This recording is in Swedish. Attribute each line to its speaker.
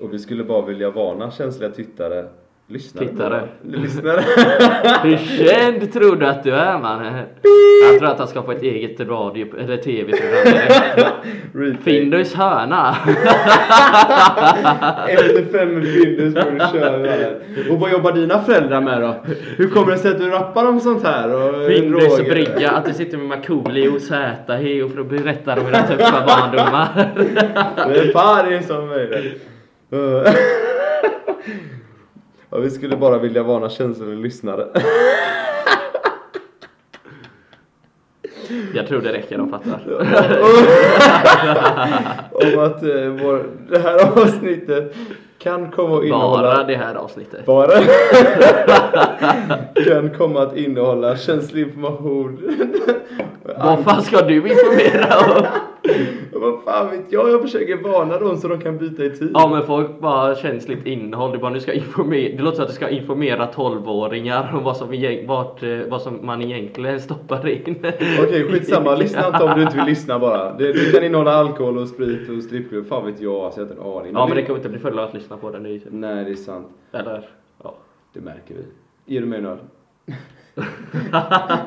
Speaker 1: Och vi skulle bara vilja varna känsliga tittare Lyssnare?
Speaker 2: Tittare.
Speaker 1: Lyssnare?
Speaker 2: Hur känd tror du att du är mannen? Jag tror att han ska få ett eget radio eller tv-program.
Speaker 1: Retake.
Speaker 2: Findus hörna.
Speaker 1: Efter fem Findus får du köra. Och vad jobbar dina föräldrar med då? Hur kommer det sig att du rappar om sånt här? Och
Speaker 2: Findus
Speaker 1: droger?
Speaker 2: brygga. Att du sitter med Markoolio, Zäta-Heo för att berätta om dina tuffa barndomar.
Speaker 1: Det är Farin som är det. Eh. ja, vi skulle bara vilja varna känsliga lyssnare.
Speaker 2: Jag tror det räcker, de fattar.
Speaker 1: om att eh, vår, det här avsnittet kan komma att innehålla
Speaker 2: Bara det här avsnittet.
Speaker 1: bara kan komma att innehålla känslig information.
Speaker 2: Vad fan ska du informera om?
Speaker 1: Vad fan vet jag? Jag försöker varna dem så de kan byta i tid.
Speaker 2: Ja men folk bara känsligt innehåll, det, är bara, nu ska informera, det låter som att du ska informera 12-åringar om vad som, egent- vart, eh, vad som man egentligen stoppar in.
Speaker 1: Okej, skitsamma. Lyssna inte om du inte vill lyssna bara. Det, det kan innehålla alkohol och sprit och strippklubb. Fan vet jag, alltså jag har inte en aning.
Speaker 2: Ja men det kommer inte bli fulla att lyssna på den nu.
Speaker 1: Nej, det är sant.
Speaker 2: Eller ja.
Speaker 1: Det märker vi. Ger du mig en öl?